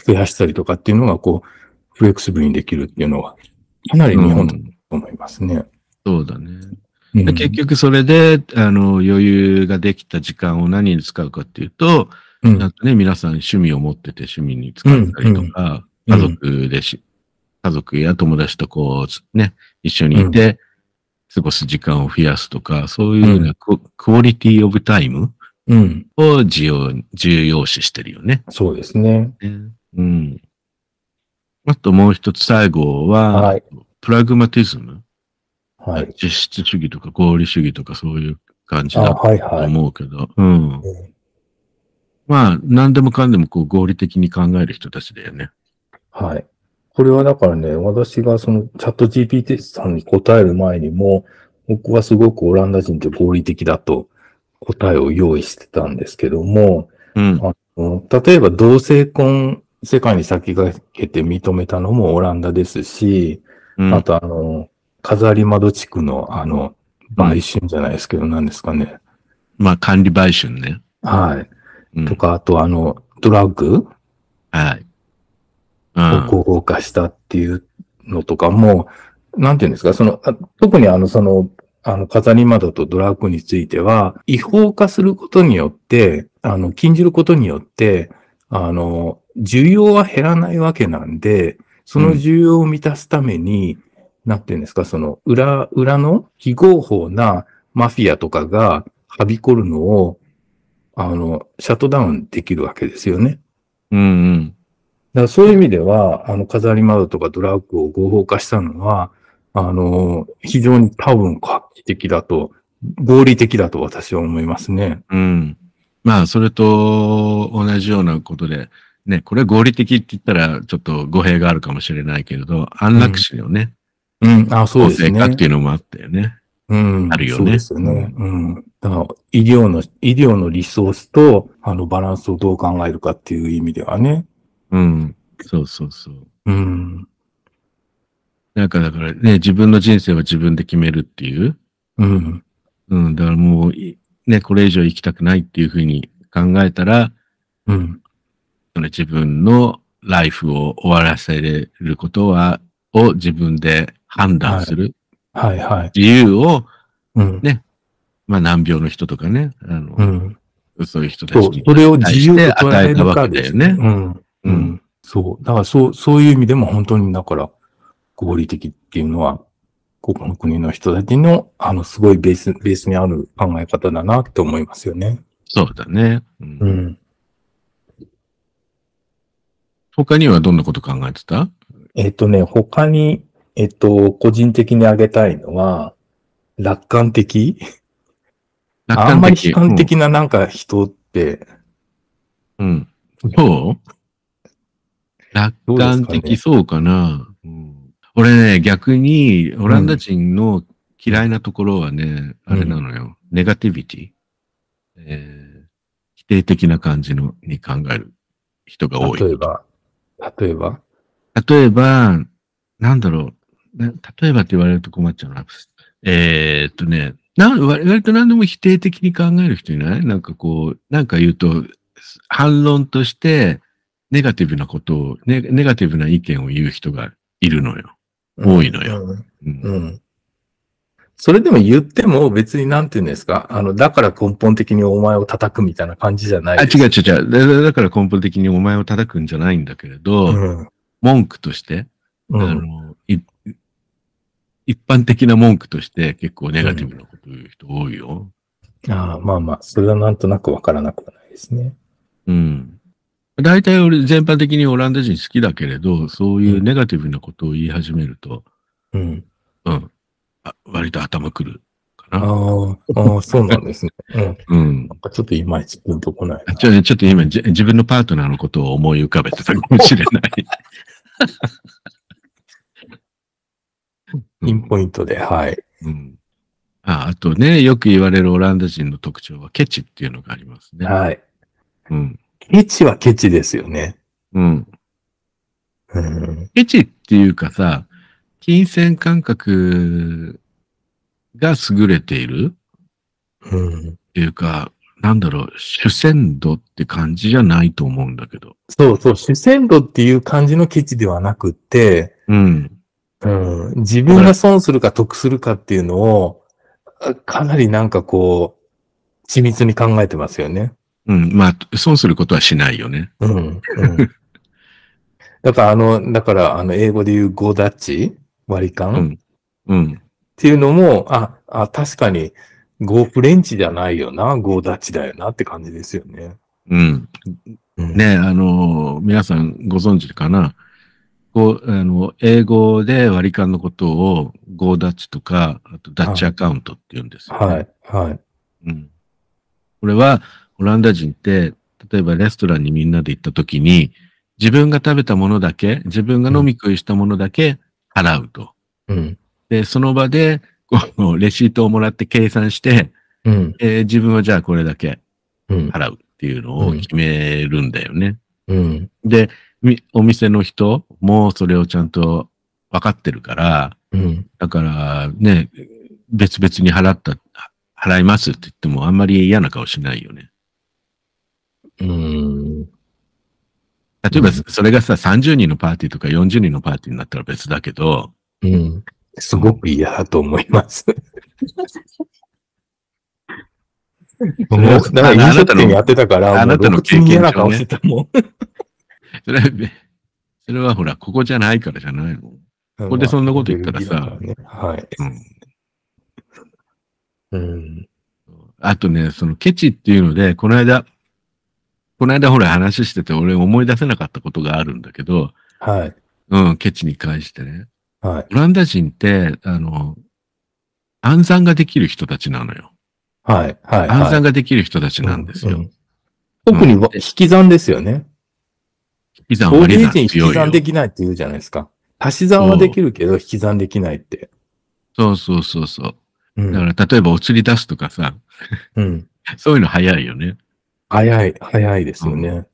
増やしたりとかっていうのがこう、フレクシブルにできるっていうのは、かなり日本だ
う
と
ん
思いますね。
そうだね。
うん
で結局それで、あの、余裕ができた時間を何に使うかっていうと、
うん
なんかね、皆さん趣味を持ってて趣味に使ったりとか、
うんうん
家族でし、家族や友達とこうつ、ね、一緒にいて、過ごす時間を増やすとか、そういうよう
う
なク,、クオリティオブタイム
うん。
を重要、重要視してるよね。
そうですね。
うん。あともう一つ最後は、
はい
プラグマティズム、
はい。
実質主義とか合理主義とかそういう感じ
あ
だと
はいはい。
思うけど、うん。まあ、何でもかんでもこう合理的に考える人たちだよね。
はい。これはだからね、私がそのチャット GPT さんに答える前にも、僕はすごくオランダ人って合理的だと答えを用意してたんですけども、
うん。
うん例えば同性婚、世界に先駆けて認めたのもオランダですし、
うん
あとあの、飾り窓地区のあの、買収じゃないですけど、何ですかね。
まあ、管理買収ね。
はい。
うん
とか、あとあの、ドラッグ
はい。
を合法化したっていうのとかも、なんていうんですか、その、あ特にあの、その、あの、飾り窓とドラッグについては、違法化することによって、あの、禁じることによって、あの、需要は減らないわけなんで、その需要を満たすために、なんていうんですか、その、裏、裏の非合法なマフィアとかがはびこるのを、あの、シャットダウンできるわけですよね。
うんうん。
だからそういう意味では、あの、飾り窓とかドラッグを合法化したのは、あの、非常に多分画期的だと、合理的だと私は思いますね。
うん。まあ、それと同じようなことで、ね、これ合理的って言ったらちょっと語弊があるかもしれないけれど、安楽死のね、
うん、あ、そう
法
です
制化っ
ね
て。いうのもあったよね。
うん、
あるよね
そうですよね。うん。だから医療の、医療のリソースと、あの、バランスをどう考えるかっていう意味ではね。
うん。そうそうそう。
うん。
なんかだからね、自分の人生は自分で決めるっていう。
うん。
うん。だからもうい、ね、これ以上生きたくないっていうふうに考えたら、
うん。
その自分のライフを終わらせれることは、を自分で判断する。
はいはい。
自由を、
うん。
まあ難病の人とかね、あの、
うん。
そういう人たち
そう
に。、
それを自由と捉え
対して与え
るか
たわけ
で
だよ
す
ね
ね。うん。
う
うんん。そう。だからそう、そういう意味でも本当に、だから、合理的っていうのは、ここの国の人たちの、あの、すごいベース、ベースにある考え方だなって思いますよね。
そうだね、うん
ん。
他にはどんなこと考えてた
えっとね、他に、えっと、個人的に挙げたいのは、楽観的
楽
あんまり悲
観
観
的。
的ななんか人って、
うん。うんそう
ど
楽
うですかね
観的、そうかな、うん俺ね、逆に、オランダ人の嫌いなところはね、あれなのよ。ネガティビティ。えー否定的な感じのに考える人が多い。
例えば、例えば、
例えば、なんだろう。な例えばって言われると困っちゃうな。えーっとね、な割割と何でも否定的に考える人いないなんかこう、なんか言うと、す反論として、ネガティブなことをネ、ネガティブな意見を言う人がいるのよ。多いのよ。
うん
うん
うん。それでも言っても別になんて言うんですかあの、だから根本的にお前を叩くみたいな感じじゃない
あ、違
です
う違う違うだだ。だから根本的にお前を叩くんじゃないんだけれど、
うん。
文句として、
う
あ
ん。
のい一般的な文句として結構ネガティブなことを言う人多いよ。
ああまあまあ、それはなんとなくわからなくはないですね。
うん。大体俺、全般的にオランダ人好きだけれど、そういうネガティブなことを言い始めると、
うん。
うん。あ割と頭くるか
あ
な。
ーあー、そうなんですね。 [laughs] うん。
うん。
なんかちょっといまいちピンとこないな。
ちょちょっと今、じ自分のパートナーのことを思い浮かべてたかもしれない。
ピンポイントで、はい。
うん。ああとね、よく言われるオランダ人の特徴はケチっていうのがありますね。
はい。
うん。
ケチはケチですよね。
うん。
うん。
ケチっていうかさ、金銭感覚が優れている
うん。
っていうか、なんだろう、主戦度って感じじゃないと思うんだけど。
そうそう、主戦度っていう感じのケチではなくって、
うん。
うん自分が損するか得するかっていうのを、あかなりなんかこう、緻密に考えてますよね。
うん。まあ、損することはしないよね。
うん。
[laughs]
うん、だからあの、だからあの、英語で言うゴーダッチ割り
う
勘、っ
ん。うん。
ていうのも、あ、あ、確かに、ゴーフレンチじゃないよな、ゴーダッチだよなって感じですよね。
うん。
うん、
ねあのー皆さんご存知かなこう、あの、英語で割り勘のことを、ゴーダッチとか、あとダッチアカウントって言うんですよ、ね
はい、はい。
うん。これは、オランダ人って、例えばレストランにみんなで行った時に、自分が食べたものだけ、自分が飲み食いしたものだけ払うと。
うん。
で、その場で、このレシートをもらって計算して、
うん。
えー自分はじゃあこれだけ
うん。
払うっていうのを決めるんだよね。
うん。
で、みお店の人もそれをちゃんと分かってるから、
うん。
だからね、別々に払った、払いますって言ってもあんまり嫌な顔しないよね。
うん。
例えば、
うん
それがさ、30人のパーティーとか40人のパーティーになったら別だけど、 [laughs]
うん。すごく嫌だと思います。もう、だから飲食店やってたか
あ
ら、
なたの
もう露骨に嫌な
経験上
顔
ね
してたもん。
それは、それはほら、ここじゃないからじゃないの。[laughs]
こ
こでそんなこと言ったらさ
はい。うん。
あとね、そのケチっていうので、この間、この間ほら話してて俺思い出せなかったことがあるんだけど、
はい。
うん、ケチに関してね。
はい。
オランダ人って、あの、暗算ができる人たちなのよ。
はい。はい。
暗
は
算ができる人たち
い
なんですよ。
うう特にわ引き算ですよね。
引き算
欧
割り
米
算
人引
強
き
いよ
算。できないって言うじゃないですか。足し算はできるけど、引き算できないって。
そうそうそうそう。
う
だか
ん。
ら例えばお釣り出すとかさ、
うん。
そういうの早いよね。
早い、早いですよね。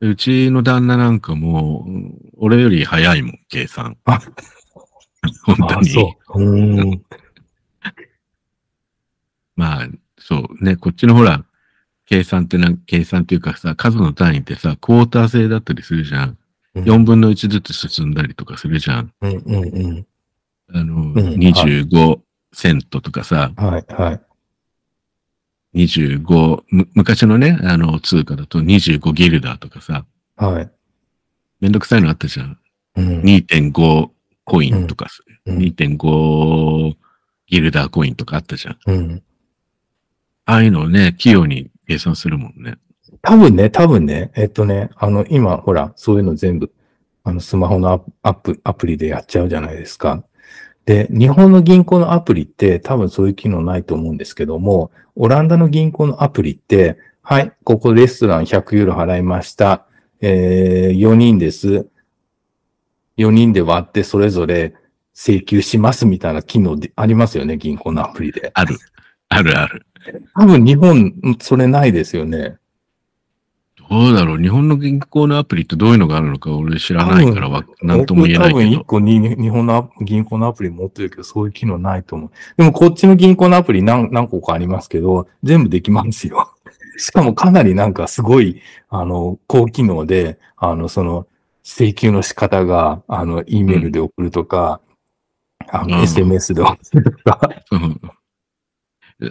うちの旦那なんかもう、うん俺より早いもん、計算
あ。
本当に。
う。うん。
まあ、そうね、こっちのほら、計算ってなん、計算っていうかさ、数の単位ってさ、クォーター制だったりするじゃん。
うん
4分の1ずつ進んだりとかするじゃん。
うんうんうん。
あの、
はい
25セントとかさ、
はい、はい。
25、む昔のね、あの、通貨だと25ギルダーとかさ、
はい。
めんどくさいのあったじゃん。
うん
2.5コインとかさ、
うん
2.5ギルダーコインとかあったじゃん。
うん。
ああいうのをね、器用に計算するもんね。
多分ね、多分ね、えっとね、あの、今、ほら、そういうの全部、あの、スマホのアプアプアプリでやっちゃうじゃないですか。で、日本の銀行のアプリって多分そういう機能ないと思うんですけども、オランダの銀行のアプリって、はい、ここレストラン100ユーロ払いました。えー、4人です。4人で割ってそれぞれ請求しますみたいな機能でありますよね、銀行のアプリで。
ある。あるある。
多分日本、それないですよね。
どうだろう日本の銀行のアプリってどういうのがあるのか俺知らないからわ、なんとも言えない
僕
け
多分一
ど。
個に日本のアプ銀行のアプリ持ってるけど、そういう機能ないと思う。でもこっちの銀行のアプリ何何個かありますけど、全部できますよ。 [laughs] しかもかなりなんかすごい、あの、高機能で、あの、その、請求の仕方が、あの、E メールで送るとか、あの、
うん
SMS で送る
[laughs]
とか、
うん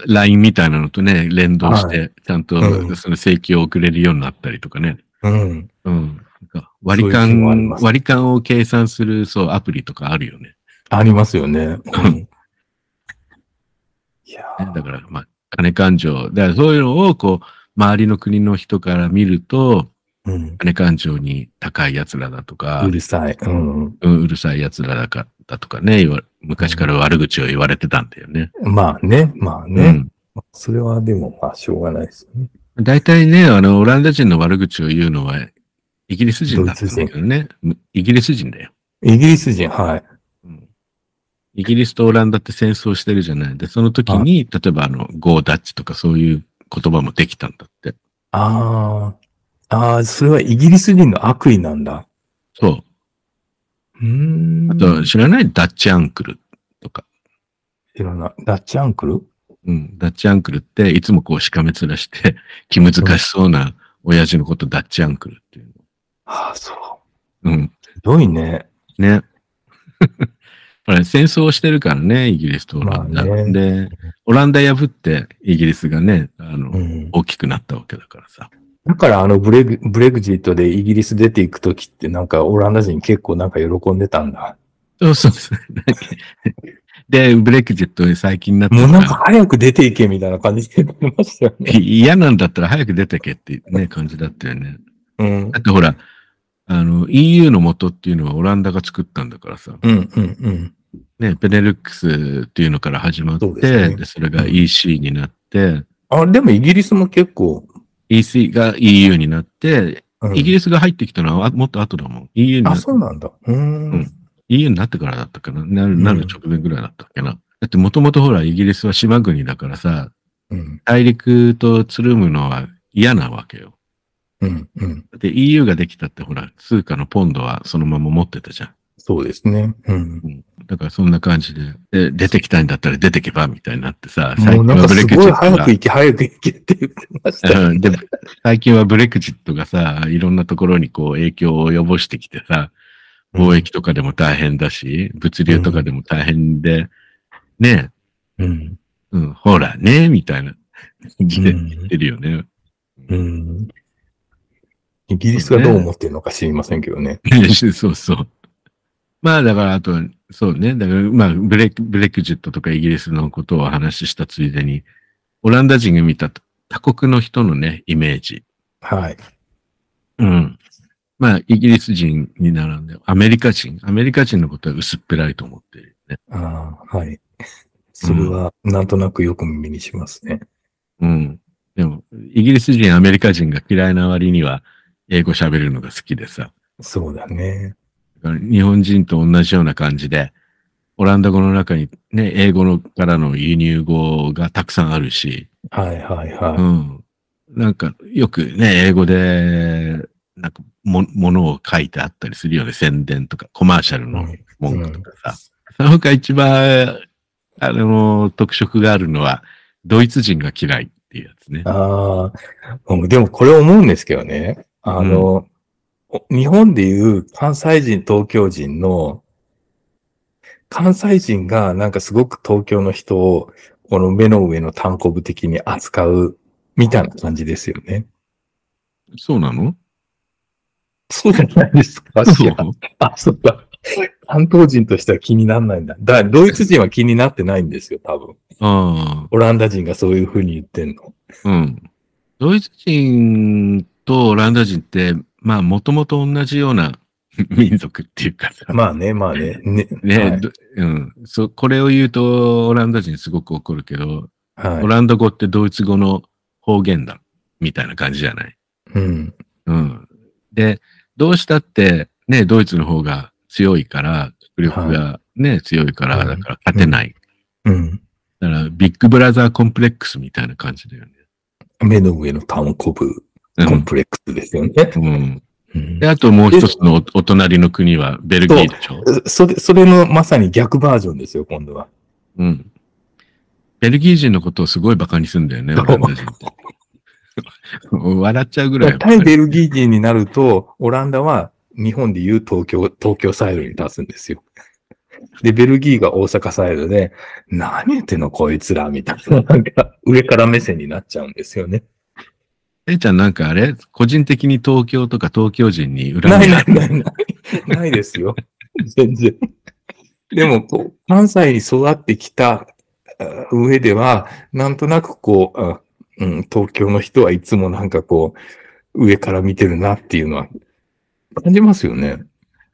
LINE みたいなのとね、連動して、ちゃん
う
と
ん
その請求を送れるようになったりとかね。
うん。
うん。なんか割り
そういう機
勘、
能あります
割り勘を計算する、そう、アプリとかあるよね。
ありますよね。うん、いや
ねだから、まあ、金勘定。だからそういうのを、こう、周りの国の人から見ると、
ー、うん。
金勘定に高い奴らだとか、
うるさい。うん。
うんうるさい奴らだかだとかね、言わ昔から悪口を言われてたんだよね。
まあね、まあね。
うん
それはでも、まあ、しょうがないですよね。
大体ね、あの、オランダ人の悪口を言うのは、イギリス人だったんだけどね。イギリス人だよ、
イギリス人、はい。
うんイギリスとオランダって戦争してるじゃない。で、その時に、例えばあの、ゴーダッチとかそういう言葉もできたんだって。
ああ、ああ、それはイギリス人の悪意なんだ。
そう
ー
う。
ん。
あと、知らないダッチアンクルとか。
知らない。ダッチアンクル
うん。ダッチアンクルって、いつもこうしかめ面して、気難しそうな親父のことダッチアンクルっていう
ああ、そう。
の。うん。
ひどいね。
ね。 [laughs] これ戦争してるからね、イギリスとオランダ。
まあね
で、オランダ破ってイギリスがね、あの、
うん。
大きくなったわけだからさ。
だから、あのブレグ、ブレグジットでイギリス出ていくときって、なんか、オランダ人結構なんか喜んでたんだ。
そうそうそう。で、ブレクジットで最近になって
もう
か
なん
ら
か早く出ていけみたいな感じで言ってましたよね。
嫌なんだったら早く出てけってね、感じだったよね。
うん。
だってほら、あの、EU の元っていうのはオランダが作ったんだからさ、
うん、うん、うん。
ね、ベネルックスっていうのから始まって、
そうです
で
ね
それが EC になって、
あ、でもイギリスも結構、
EC が EU になって、イギ
リ
リスが入ってきたのはあもっと後だもん。EU にな
あ、そうなんだ。うー
うん
ん。
EU になってからだったかな。なるなる直前ぐらいだったっけな。だってもともとほら、イギリスは島国だからさ、
うん、
大陸とつるむのは嫌なわけよ。
うん、うん。
だって EU ができたってほら、通貨のポンドはそのまま持ってたじゃん。
そうですね。うん。
だからそんな感じで、で出てきたいんだったら出てけばみたいになってさ、
もうなんか
ブレ
す
クジ
ごい
ット
早
が
く行け、早く行けって言ってましたよ。
うんで最近はブレクジットがさ、いろんなところにこう影響を及ぼしてきてさ、貿易とかでも大変だし、物流とかでも大変で、ね
うん。
うん、ほらね、みたいな感じで言ってるよね。 [laughs]
うん。イギリスがどう思ってるのか知りませんけどね。
そうそう。まあだから、あと、そうね。だから、まあブレ、ブレクジットとかイギリスのことを話したついでに、オランダ人が見た他国の人のね、イメージ。
はい。
うん。まあ、イギリス人に並んで、アメリカ人。アメリカ人のことは薄っぺらいと思ってるね。
ああ、はい。それは、なんとなくよく耳にしますね。
うん。でも、イギリス人、アメリカ人が嫌いな割には、英語喋るのが好きでさ。
そうだね。
だから日本人と同じような感じで、オランダ語の中にね、英語のからの輸入語がたくさんあるし、
はいはいは
う
い。
ん。なんか、よくね、英語で、なんかも、ものを書いてあったりするよね。宣伝とか、コマーシャルの文句とかさ。その他一番、あの、特色があるのは、ドイツ人が嫌いっていうやつね。
ああ、うんでもこれ思うんですけどね。あの、お日本でいう関西人、東京人の、関西人がなんかすごく東京の人を、この目の上の単行部的に扱うみたいな感じですよね。
そうなの
そうじゃないです
[laughs]
か。
そう
あ、そっか。関東人としては気にならないんだ。だからドイツ人は気になってないんですよ、多分。
ああ、
オランダ人がそういうふうに言ってんの。
うん。ドイツ人とオランダ人って、まあ、もともと同じような民族っていうかさ。
[laughs] まあね、まあね。ね。
ね、
はい
どうん。そう、これを言うと、オランダ人すごく怒るけど、
はい
オランダ語ってドイツ語の方言だ、みたいな感じじゃない
うん。
うん。で、どうしたって、ね、ドイツの方が強いから、迫力がね、強いから、
はい
だから勝てない。
うん。
だから、ビッグブラザーコンプレックスみたいな感じだよね。
目の上のタンコブコンプレックスですよね。
うん。うん
うん
で、あともう一つのおお隣の国はベルギーでしょ
それ、それのまさに逆バージョンですよ、今度は。
うん。ベルギー人のことをすごいバカにするんだよね、オ
そう
ランダ人って。 [laughs] 笑っちゃうぐらい。
対ベルギー人になると、オランダは日本でいう東京、東京サイドに立つんですよ。で、ベルギーが大阪サイドで、何言ってんのこいつらみたいな、なんか上から目線になっちゃうんですよね。
えいちゃんなんかあれ個人的に東京とか東京人に恨み
な
が
いないないない。ないですよ。全然。でも、こう、関西に育ってきたあ上では、なんとなくこう、あうん、東京の人はいつもなんかこう、上から見てるなっていうのは、感じますよね。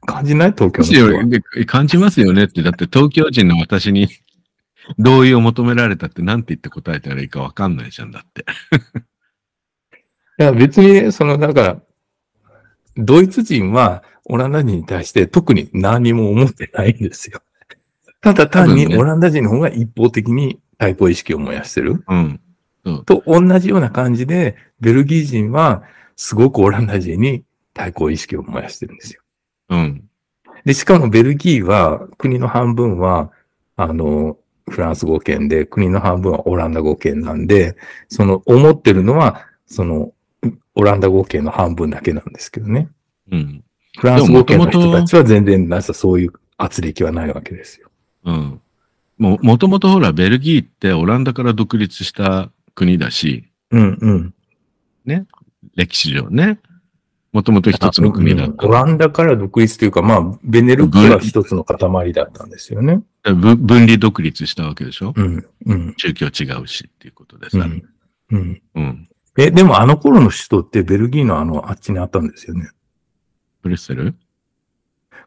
感じない東京の人は。
で感じますよねって、だって東京人の私に [laughs] 同意を求められたってなんて言って答えたらいいかわかんないじゃんだって。
いや、別に、その、だから、ドイツ人はオランダ人に対して特に何も思ってないんですよ。ただ単
多分
に
ね
オランダ人の方が一方的に対抗意識を燃やしてる。
うん。
と同じような感じで、ベルギー人はすごくオランダ人に対抗意識を燃やしてるんですよ。
うん。
で、しかもベルギーは国の半分は、あの、フランス語圏で、国の半分はオランダ語圏なんで、その思ってるのは、その、オランダ語圏の半分だけなんですけどね。
うん。
フランス語圏の人たちは全然なさ、そういう圧力はないわけですよ。
うん。もう、もともとほら、ベルギーってオランダから独立した国だし、
うんうん。
歴史上ね。もともと一つの国だっ
うんオランダから独立というか、まあ、ベネルクスは一つの塊だったんですよね。
た。ぶ分離独立したわけでしょ
うん、うん。
宗教違うしっていうことで
う
さ。
ん。うん。
うん。
え、でもあの頃の首都ってベルギーのあの、あっちにあったんですよね。
ブリュッセル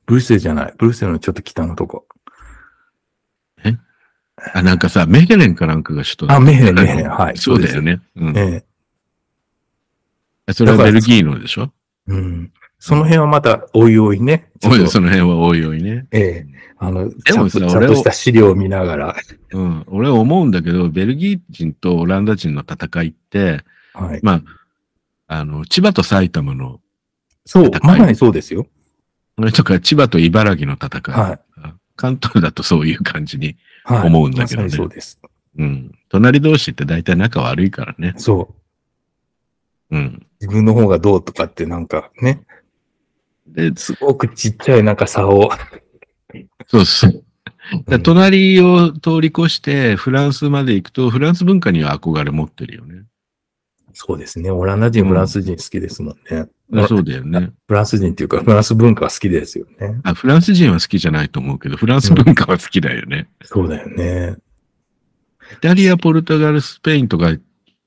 ブルッセルじゃない。ブルッセルのちょっと北のとこ。
あ、なんかさ、メヘレンかなんかが首都だ
あ、メヘレン、
あの
メヘレン。はい。
そうだよ
ね。
ね。うん。
ええ。
それはベルギーのでしょ
うん。その辺はまた、おいおいね。ちょっ
お
と
いその辺はおいおいね。
ええ。あの、ちゃん
もさ
とちゃ
俺
ん
を
とした資料を見ながら。
うん。俺は思うんだけど、ベルギー人とオランダ人の戦いって、
はい。
まあ、あの、千葉と埼玉の、
そう
高、い
まさにそうですよ。
とか千葉と茨城の戦い。
はい。
関東だとそういう感じに。
はい。
思うんだけどね
まさにそうです。
うん。隣同士って大体仲悪いからね。
そう。
うん。
自分の方がどうとかってなんかね、
で、
すごくちっちゃいなんか差を。
そうそう。だ隣を通り越して、フランスまで行くと、フランス文化には憧れ持ってるよね。
そうですね。オランダ人、フランス人好きですもんね。
あそうだよね。
フランス人っていうか、フランス文化好きですよね。
あ、フランス人は好きじゃないと思うけど、フランス文化は好きだよね。
そうだよね。
イタリア、ポルトガル、スペインとか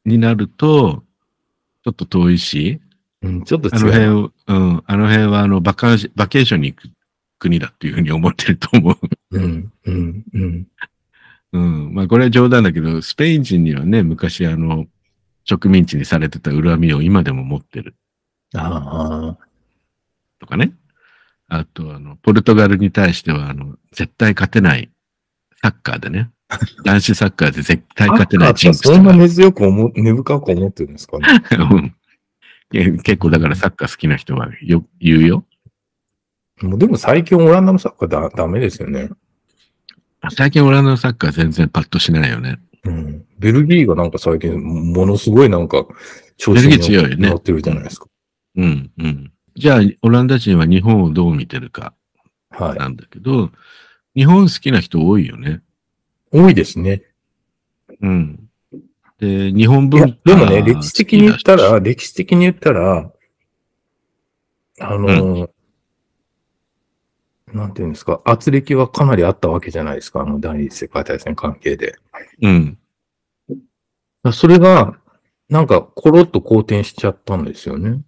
になると、ちょっと遠いし、
うん、ちょっと
あの
違
辺
う。
を、うん、あの辺はあのバカンシ、バケーションに行く国だっていうふうに思ってると思う。 [laughs]
うん、うん、うん。
うん。まあこれは冗談だけど、スペイン人にはね、昔あの、植民地にされてた恨みを今でも持ってる
ああ、
とかね。あと、あの、ポルトガルに対しては、あの、絶対勝てないサッカーで
[laughs]
ね。男子サッカーで絶対勝てないジンクスと
そん
か
な根強く思う、根深く思ってるんですかね。
[laughs] うんけ結構だからサッカー好きな人はよ言うよ。
もうでも最近オランダのサッカーだダメですよね。
最近オランダのサッカー全然パッとしないよね。
うん。ベルギーがなんか最近、ものすごいなんか、調
ベルギー
に
強いよね
乗ってるじゃないですか。
うん、うん。じゃあ、オランダ人は日本をどう見てるか
はい。
なんだけど、日本好きな人多いよね。
多いですね。
うん。で、日本
いや
文化
でもね、歴史的に言った
好きな人
ら、歴史的に言ったら、あのー、なんていうんですか、圧力はかなりあったわけじゃないですか、あの第二次世界大戦関係で。
うん。
それが、なんか、コロッと好転しちゃったんですよね。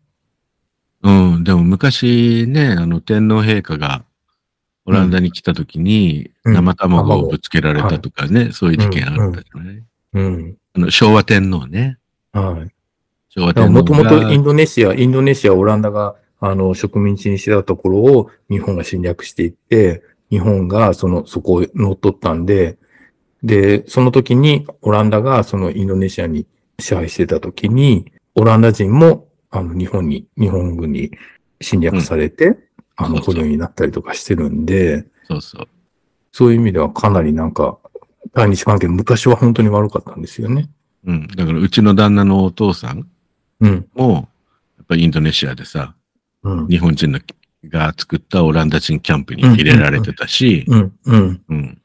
うん。でも昔ね、あの、天皇陛下がオランダに来た時に
うん
生卵をぶつけられたとかね、そういう事件あったじゃない
うん。
あの、昭和天皇ね。
はい。
昭和
だから
天皇
もと
が。
もとインドネシア、インドネシア、オランダが、あの、植民地にしてたところを日本が侵略していって、日本がその、そこを乗っ取ったんで、で、その時にオランダがそのインドネシアに支配してた時に、オランダ人も、あの、日本に、日本軍に侵略されて、あの、
そうそう
捕虜になったりとかしてるんで、
そうそう。
そういう意味ではかなりなんか、対日関係、昔は本当に悪かったんですよね。
うん。だから、うちの旦那のお父さん
うん。
も、やっぱりインドネシアでさ、
うん。
日本人のが作ったオランダ人キャンプに入れられてたし、
うん。うん。
うん。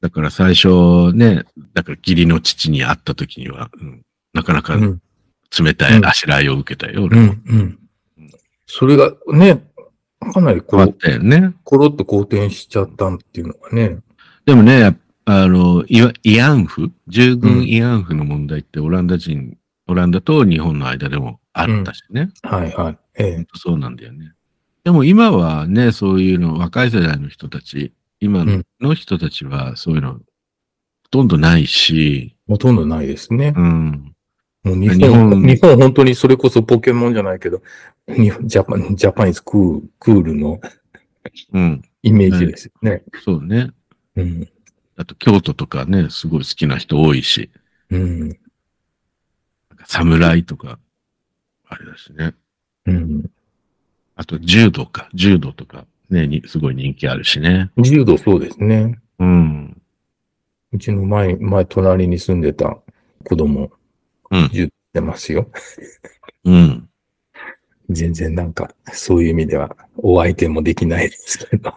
だから最初ね、だから義理の父に会った時には、うん、なかな
う
か
ん。
冷たいあしらいを受けたよ、
う
俺も。
ん。うん。それがね、かなりこ
変わっ
う、
たよね。
コロッと好転しちゃったっていうのがね。
でもね、やっあの、いわ慰安婦従軍慰安婦の問題ってオランダ人、オランダと日本の間でもあったしね。
はいはい。ええ。
そうなんだよね。でも今はね、そういうの、若い世代の人たち、今
う
の
ん
の人たちはそういうの、ほとんどないし、
ほとんどないですね。
うん。
もう日
日本
本、日本本当にそれこそポケモンじゃないけど、日本ジャパン、ジャパニーズクール、クールの
うん。
イメージですよね。
そうね。
うん。
あと京都とかね、すごい好きな人多いし、
うん。
なんか侍とか、あれだしね。
うん。
あと柔道か、柔道とか、ね、にすごい人気あるしね。
柔道そうですね。
うん。
うちの前、前隣に住んでた子供、
うん
柔道してますよ。
うん。
全然なんか、そういう意味では、お相手もできないですけど。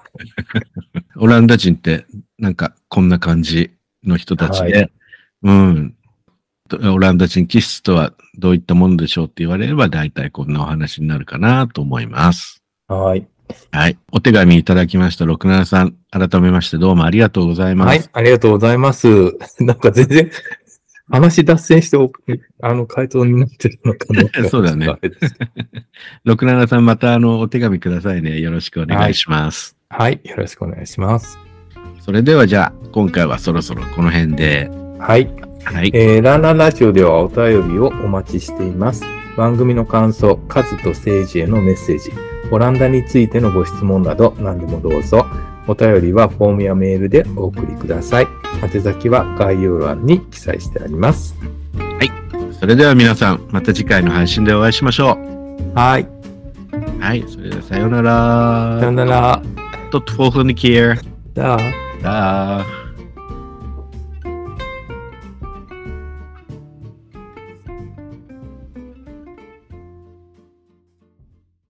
[laughs]
オランダ人って、なんかこんな感じの人たちで、
は
うん。オランダ人気質とはどういったものでしょうって言われれば、大体こんなお話になるかなと思います。
はい。
はい。お手紙いただきました、六七さん。改めましてどうもありがとうございます。
はい、ありがとうございます。 [laughs] なんか全然、話脱線してお、あの、回答になってるのか
[laughs]
な
そうだね
あれです
六七さん、またあの、お手紙くださいね。よろしくお願いします。
はい、よろしくお願いします。
それではじゃあ、今回はそろそろこの辺で。
はい。
はい。
えー、ランランラジオではお便りをお待ちしています。番組の感想、カズと政治へのメッセージ、オランダについてのご質問など何でもどうぞ。お便りはフォームやメールでお送りください。宛先は概要欄に記載してあります。
それでは皆さん、また次回の配信でお会いしましょ
はい。
う。はい。それではさようなら。
さよなら。
Tot de volgende keer.
Dag.
Dag.